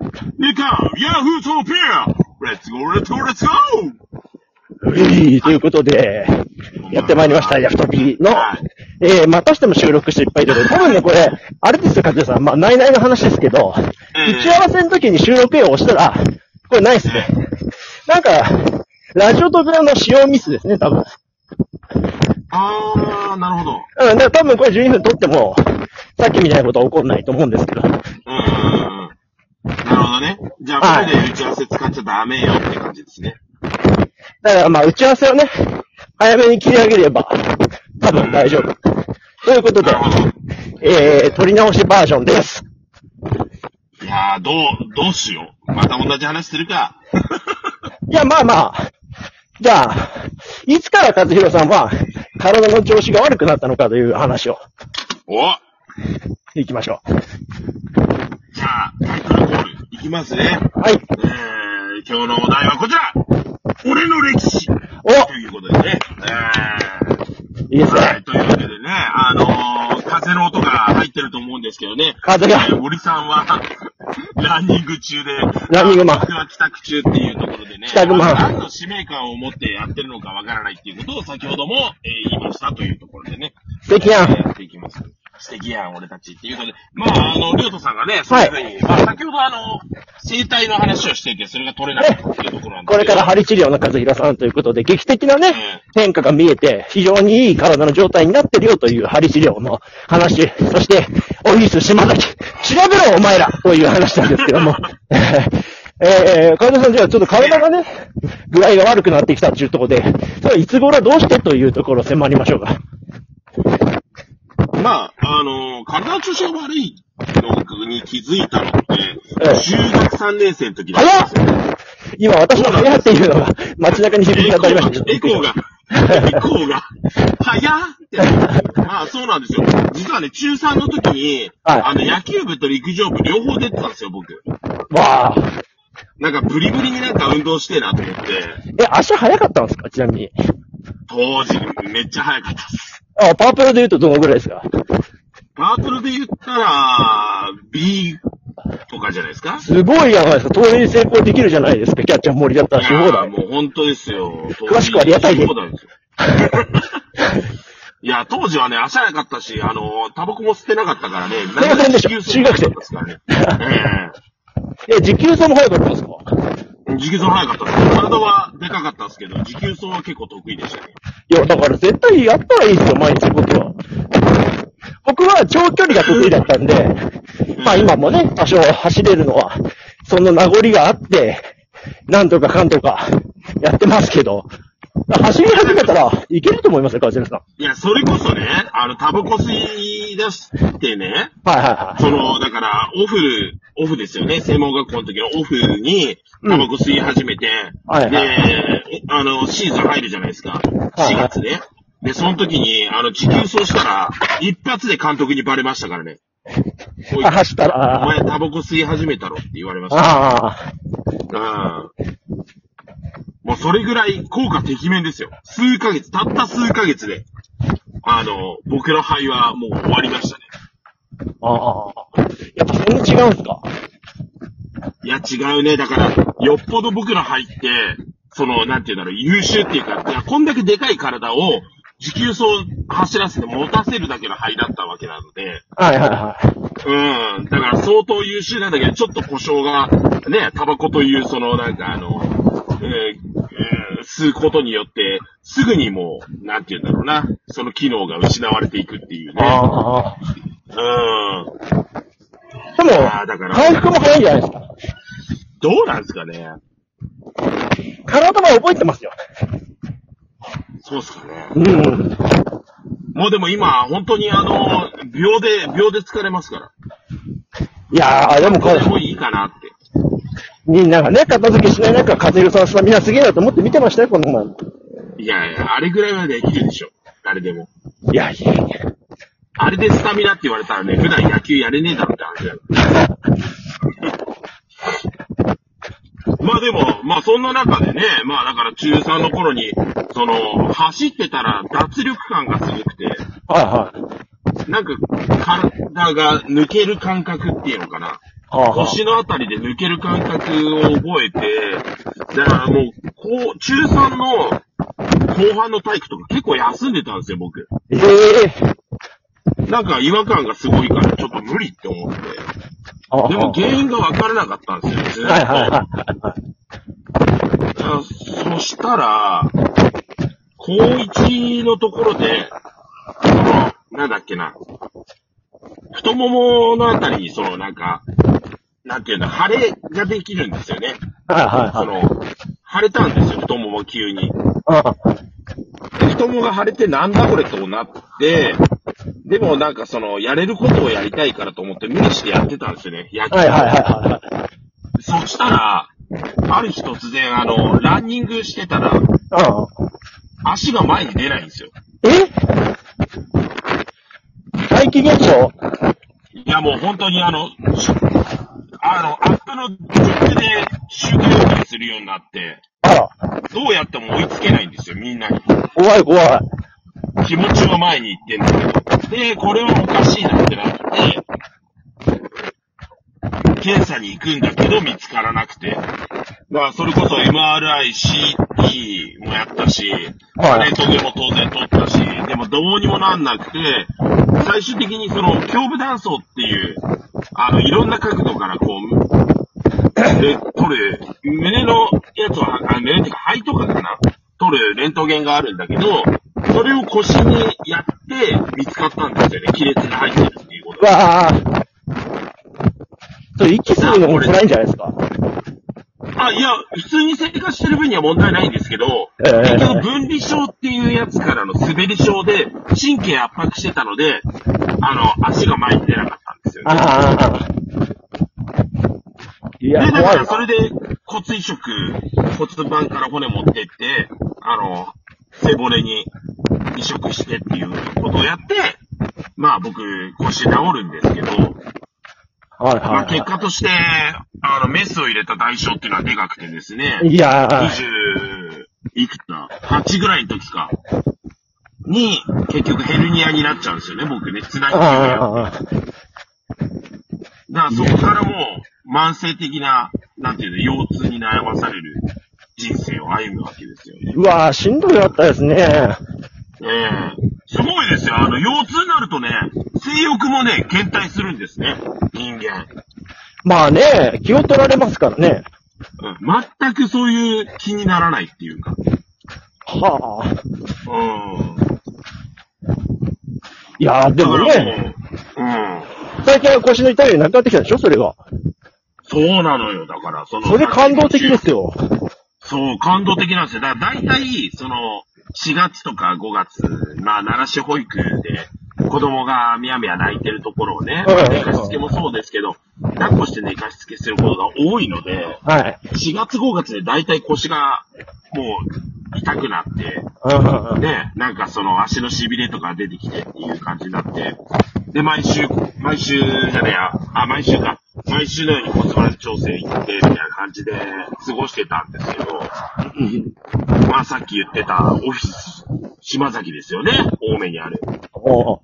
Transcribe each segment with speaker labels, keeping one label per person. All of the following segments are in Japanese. Speaker 1: Become Yahoo Topia! Let's go, let's go, let's go!
Speaker 2: うい ということで、やってまいりました、ヤフトピーの、えー、またしても収録失敗ということで、多分ね、これ、あれですよ、かずさん。まあ、ないないの話ですけど、
Speaker 1: ええ
Speaker 2: 打ち合わせの時に収録絵を押したら、あこれないですね。なんか、ラジオトピアの使用ミスですね、多分。
Speaker 1: あー、なるほど。
Speaker 2: うん、だから多分これ12分撮っても、さっきみたいなことは起こんないと思うんですけど。
Speaker 1: うんうんうん。なるほどね。じゃあ、
Speaker 2: はい
Speaker 1: これで打ち合わせ使っちゃダメよって感じですね。
Speaker 2: だからまあ、打ち合わせをね、早めに切り上げれば、多分大丈夫。ということで
Speaker 1: なる、ほど。
Speaker 2: えー、撮り直しバージョンです。
Speaker 1: いやー、どう、どうしよう。また同じ話する か。
Speaker 2: いや、まあまあ。じゃあ、いつから和弘さんは体の調子が悪くなったのかという話を
Speaker 1: お
Speaker 2: 行きましょ
Speaker 1: じゃあ、タイトルコール、いきますね。
Speaker 2: う。はい。
Speaker 1: えー、今日のお題はこちら俺の歴史ということでね。えー
Speaker 2: いいです
Speaker 1: は
Speaker 2: ね
Speaker 1: い、。というわけでね、あのー、風の音が入ってると思うんですけどね。
Speaker 2: 風が
Speaker 1: えー森さんは、 ランニング中で、
Speaker 2: ランニングマン
Speaker 1: 僕は帰宅中っていうところでね、
Speaker 2: 帰宅マン
Speaker 1: 何の使命感を持ってやってるのかわからないっていうことを先ほども、えー言いましたというところでね。
Speaker 2: 素敵や
Speaker 1: えー
Speaker 2: ん。
Speaker 1: やっていきます。素敵やん、俺たちっていうので、まあ、あの、りょうとさんがね、そういうふうに、まあ、先ほどあの、生態の話をしていて、それが取れなかったっていうところなんで
Speaker 2: これから針治療の和弘さんということで、劇的なね、変化が見えて、非常にいい体の状態になってるよという針治療の話、そして、オフィス島崎、調べろお前らという話なんですけども。 えー、川田さん、じゃあちょっと体がね、具合が悪くなってきたというところで、それはいつ頃はどうしてというところを迫りましょうか。
Speaker 1: まあ、あの体の調子が悪いのに気づいたのって、
Speaker 2: ええ
Speaker 1: 中学3年生の時だ
Speaker 2: 早
Speaker 1: ったん
Speaker 2: っ
Speaker 1: ですよ。
Speaker 2: 今私の早っていうのが街中に響き
Speaker 1: エコ
Speaker 2: 渡りま
Speaker 1: ー
Speaker 2: し
Speaker 1: が
Speaker 2: た。、
Speaker 1: エコーが、エコーが、早っって。まあ、そうなんですよ。実はね、中3の時に、
Speaker 2: はい
Speaker 1: あの、野球部と陸上部両方出てたんですよ、僕。
Speaker 2: わあ。
Speaker 1: なんか、ブリブリになんか運動してえなと思って、
Speaker 2: え、足早かったんですかちなみに。
Speaker 1: 当時、めっちゃ早かったです。
Speaker 2: あ、パープルで言うとどのぐらいですか
Speaker 1: パープルで言ったら、B とかじゃないですか
Speaker 2: すごいじゃないですか。盗塁成功できるじゃないですか。キャッチャー森だったらし放
Speaker 1: いや
Speaker 2: 題。
Speaker 1: もう本当ですよ。
Speaker 2: 詳しくはリアタイで
Speaker 1: そうなんですよ。いや、当時はね、足早かったし、あの、タバコも吸ってなかったからね、
Speaker 2: いませんでした
Speaker 1: 中学生だったです からね。
Speaker 2: え、時給差も早かったんですか
Speaker 1: ええ持久走早かったです。体はでかかったんですけど、持久走は結構得意でしたね。
Speaker 2: いや、だから絶対やったらいいですよ、毎日僕は。僕は長距離が得意だったんで、まあ今もね、多少走れるのは、その名残があって、なんとかかんとかやってますけど、走り始めたらいけると思いますよ、川島さん。
Speaker 1: いや、それこそね、あの、タバコ吸い出してね、
Speaker 2: はいはいはい。
Speaker 1: その、だから、オフ、オフですよね。専門学校の時のオフに、
Speaker 2: うん
Speaker 1: タバコ吸い始めて、
Speaker 2: はいは
Speaker 1: で、あの、シーズン入るじゃないですか。4
Speaker 2: はい
Speaker 1: 月ね。で、その時に、あの、持久走したら、一発で監督にバレましたからね。おい
Speaker 2: あ、走った
Speaker 1: お
Speaker 2: ら、あ
Speaker 1: 前タバコ吸い始めたろって言われました。
Speaker 2: あ
Speaker 1: うん。もうそれぐらい効果てきめんですよ。数ヶ月、たった数ヶ月で、あの、僕の肺はもう終わりましたね。
Speaker 2: ー、ああ。やっぱそんな違うんすか
Speaker 1: いや、違うね。だから、よっぽど僕の入って、その、なんていうんだろう、優秀っていうか、いやこんだけでかい体を、持久走走らせて持たせるだけの肺だったわけなので、
Speaker 2: はいはいはい。
Speaker 1: うん。だから相当優秀なんだけど、ちょっと故障が、ね、タバコという、その、なんかあの、えーえー吸うことによって、すぐにもう、なんていうんだろうな、その機能が失われていくっていうね。
Speaker 2: ああ。
Speaker 1: うん。
Speaker 2: でも
Speaker 1: あーだか、ら
Speaker 2: 回復も早いんじゃないですか。
Speaker 1: どうなんですかね。
Speaker 2: 体は覚えてますよ。
Speaker 1: そうっすかね。
Speaker 2: うん。
Speaker 1: もうでも今、本当にあの、秒で、秒で疲れますから。
Speaker 2: いやー、でもこ
Speaker 1: こ
Speaker 2: れ
Speaker 1: れ、もいいかなって。
Speaker 2: みんながね、片付けしない中、和弘さん、スタミナすげえなと思って見てましたよ、この前も。
Speaker 1: いやいや、あれぐらいはできるでしょ。誰でも。
Speaker 2: いやいやいや。
Speaker 1: あれでスタミナって言われたらね、普段野球やれねえだろって話だよ。 まあでも、まあそんな中でね、まあだから中3の頃に、その、走ってたら脱力感がすごくて、
Speaker 2: はいはい。
Speaker 1: なんか体が抜ける感覚っていうのかな。
Speaker 2: あはあ
Speaker 1: 腰のあたりで抜ける感覚を覚えて、だからもう、こう、中3の後半の体育とか結構休んでたんですよ、僕。
Speaker 2: ええ
Speaker 1: なんか違和感がすごいから、ちょっと無理って思って。
Speaker 2: あはあ
Speaker 1: でも原因がわからなかったんですよ、ね。
Speaker 2: はいはいはいはい。
Speaker 1: あそしたら、高一のところで、その、なんだっけな、太もものあたりに、その、なんか、なんていうんだ、腫れができるんですよね。
Speaker 2: はいは
Speaker 1: そ
Speaker 2: い
Speaker 1: の、腫れたんですよ、太もも急に。
Speaker 2: はい。
Speaker 1: で太ももが腫れて、なんだこれとなって、でもなんかその、やれることをやりたいからと思って、無理してやってたんですよね、野球。
Speaker 2: はいはいはいはいはい。
Speaker 1: そしたら、ある日突然、あの、ランニングしてたら、
Speaker 2: ああ
Speaker 1: 足が前に出ないんですよ。
Speaker 2: え怪奇現象
Speaker 1: いや、もう本当にあの、しあの、アップの曲で周回予期するようになって、
Speaker 2: あら、
Speaker 1: どうやっても追いつけないんですよ、みんなに。
Speaker 2: 怖い怖い。
Speaker 1: 気持ちは前に行ってんだけど。で、これはおかしいなってなって、検査に行くんだけど見つからなくて。だからそれこそ MRI、CT もやったし、
Speaker 2: はい
Speaker 1: レントゲンも当然取ったし、でもどうにもなんなくて、最終的にその、胸部断層っていう、あの、いろんな角度からこう、で、取る、胸のやつは、あ胸っていうか肺とかかな、取るレントゲンがあるんだけど、それを腰にやって見つかったんですよね。亀裂が入ってるっていうこと
Speaker 2: う
Speaker 1: が。
Speaker 2: わあ。それ息するのも辛いんじゃないですか
Speaker 1: あ、いや、普通に生活してる分には問題ないんですけど、
Speaker 2: ええ
Speaker 1: 結局分離症っていうやつからの滑り症で、神経圧迫してたので、あの、足が前に出なかったんですよね。
Speaker 2: ああ。い
Speaker 1: で、
Speaker 2: や、
Speaker 1: だ
Speaker 2: 怖
Speaker 1: か
Speaker 2: い
Speaker 1: ら
Speaker 2: わ。
Speaker 1: それで骨移植、骨盤から骨持ってって、あの、背骨に移植してっていうことをやって、まあ僕、腰治るんですけど、
Speaker 2: は
Speaker 1: まあ
Speaker 2: いは
Speaker 1: 結果として、あの、メスを入れた代償っていうのはでかくてですね、
Speaker 2: い。いやー、
Speaker 1: 20、いくつだ ?8 ぐらいの時か。に、結局ヘルニアになっちゃうんですよね、僕ね。つなぎだか
Speaker 2: ああ、
Speaker 1: らそこからもう、慢性的な、なんていうの、腰痛に悩まされる人生を歩むわけですよね。
Speaker 2: うわーしんどくなったですね。
Speaker 1: ええすごいですよ。あの、腰痛になるとね、性欲もね、減退するんですね。人間。
Speaker 2: まあね、気を取られますからね。
Speaker 1: うん、全くそういう気にならないっていうか。
Speaker 2: はあ。
Speaker 1: うん。
Speaker 2: いやー、で
Speaker 1: だか
Speaker 2: も
Speaker 1: ら
Speaker 2: ね、
Speaker 1: もう、うん。
Speaker 2: 最近は腰の痛みなくなってきたでしょそれが。
Speaker 1: そうなのよ。だから、その。
Speaker 2: それ感動的ですよ。
Speaker 1: そう、感動的なんですよ。だから大体、その、4月とか5月、まあ、奈良市保育で、子供がみやみや泣いてるところをね、
Speaker 2: うんうんうん
Speaker 1: 寝かしつけもそうですけど、抱っこして寝かしつけすることが多いので、
Speaker 2: はい。
Speaker 1: 4月5月で大体腰が、もう、痛くなって、
Speaker 2: うんうんうん
Speaker 1: ね、なんかその足の痺れとか出てきてっていう感じになって、で、毎週、毎週じゃねえや、あ、毎週か、毎週のように骨盤調整行って、みたいな感じで過ごしてたんですけど、まあさっき言ってたオフィス、島崎ですよね、青梅にある。
Speaker 2: おう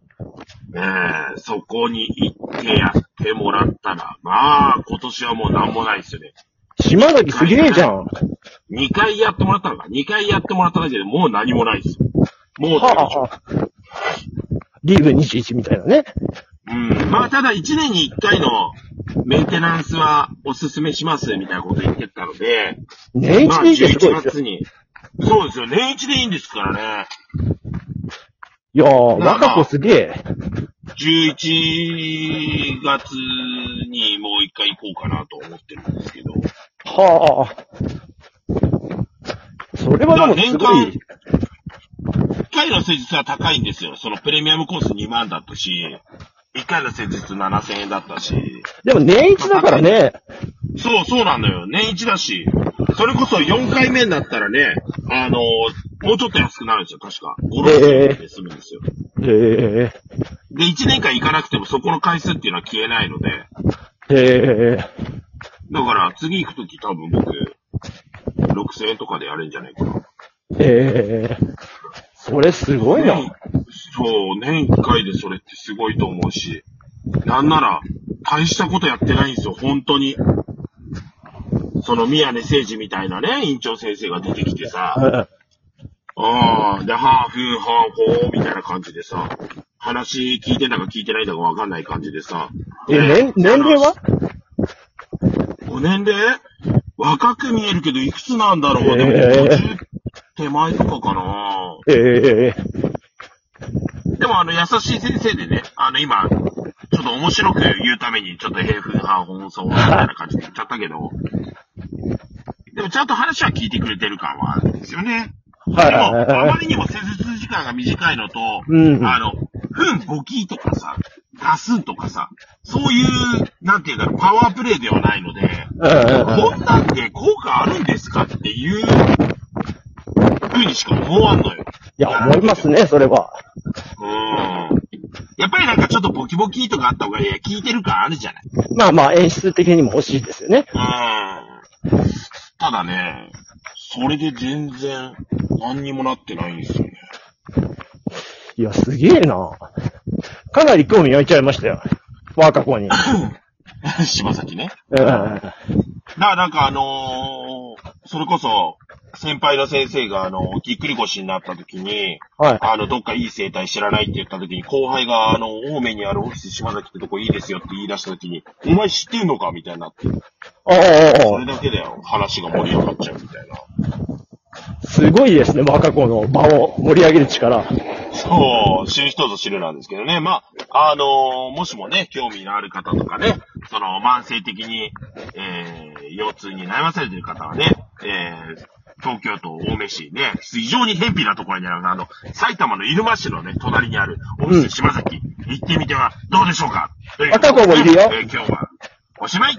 Speaker 1: えー、そこに行ってやってもらったら、まあ今年はもうなんもないですよね。
Speaker 2: 島崎すげえじゃん。
Speaker 1: 2回やってもらったのか、2回やってもらっただけでもう何もないですよ。もう、
Speaker 2: はあ。リーグ21みたいなね。
Speaker 1: うん。まあ、ただ1年に1回のメンテナンスはおすすめします、みたいなこと言ってたので、
Speaker 2: 年
Speaker 1: まあ、
Speaker 2: 一でいいってすごい
Speaker 1: 11
Speaker 2: ですよ。
Speaker 1: 月に。そうですよ、年一でいいんですからね。
Speaker 2: いやー、若子すげえ。
Speaker 1: 11月にもう一回行こうかなと思ってるんですけど。
Speaker 2: はあ。それはでもすごい。
Speaker 1: 1回の施術は高いんですよ。そのプレミアムコース2万だったし、1回の施術7000円だったし。
Speaker 2: でも年一だからね。
Speaker 1: そう、そうなんだよ。年一だし。それこそ4回目になったらね、あのもうちょっと安くなるんですよ、確か。5、6円で済むんですよ。
Speaker 2: え
Speaker 1: で、1年間行かなくてもそこの回数っていうのは消えないので、
Speaker 2: えええ
Speaker 1: だから次行くとき多分僕、6000円とかでやるんじゃないかな。
Speaker 2: ええそれすごいな。
Speaker 1: そう、年1回でそれってすごいと思うし、なんなら、大したことやってないんですよ、本当に。その宮根誠司みたいなね、院長先生が出てきてさ、
Speaker 2: うん
Speaker 1: うん、で、ハーフン、ハーフォーみたいな感じでさ、話聞いてんだか聞いてないんだかわかんない感じでさ。
Speaker 2: え、年、年齢は
Speaker 1: 5年で若く見えるけど、いくつなんだろうでも、
Speaker 2: えー
Speaker 1: 50手前とかかな
Speaker 2: ええええ
Speaker 1: でも、あの、優しい先生でね、あの、今、ちょっと面白く言うために、ちょっと平風派放送みたいな感じで言っちゃったけど、でも、ちゃんと話は聞いてくれてる感はあるんですよね。で
Speaker 2: は
Speaker 1: も、
Speaker 2: いはい
Speaker 1: あ
Speaker 2: はい
Speaker 1: ま
Speaker 2: はい。
Speaker 1: りにも施術時間が短いのと、
Speaker 2: うん
Speaker 1: あの、ふん5キーとかさ、ガスンとかさ、そういう、なんていうんだろう、パワープレイではないので、
Speaker 2: うんうんうん
Speaker 1: こんなんで効果あるんですかっていう、ふうにしか思わんのよ。
Speaker 2: いや、思いますね、それは。
Speaker 1: うん。やっぱりなんかちょっとボキボキとかあった方がいや、聞いてる感あるじゃない。
Speaker 2: まあまあ、演出的にも欲しいですよね。
Speaker 1: うん。ただね、それで全然、何にもなってないんですよね。
Speaker 2: いや、すげえな。かなり興味湧いちゃいましたよ。若子に。
Speaker 1: 柴崎ね。
Speaker 2: うんうん
Speaker 1: だからなんかあのーそれこそ、先輩の先生があの、ぎっくり腰になった時に、
Speaker 2: はい。
Speaker 1: あの、どっかいい生態知らないって言った時に、後輩が、あの、青梅にあるオフィス島崎ってとこいいですよって言い出した時に、お前知ってんのかみたいになって、
Speaker 2: おお
Speaker 1: そ
Speaker 2: お
Speaker 1: れだけで話が盛り上がっちゃうみたいな。
Speaker 2: すごいですね、若子の場を盛り上げる力。
Speaker 1: そう、知る人ぞ知るなんですけどね。まあ、あのもしもね、興味のある方とかね、その、慢性的に、えー、腰痛に悩まされてる方はね、えー、東京都青梅市ね、非常に偏僻なところにある、あの、埼玉の入間市のね、隣にある、オフィス島崎、行ってみてはどうでしょうかということで
Speaker 2: 若子もいるよ
Speaker 1: えー今日は、おしまい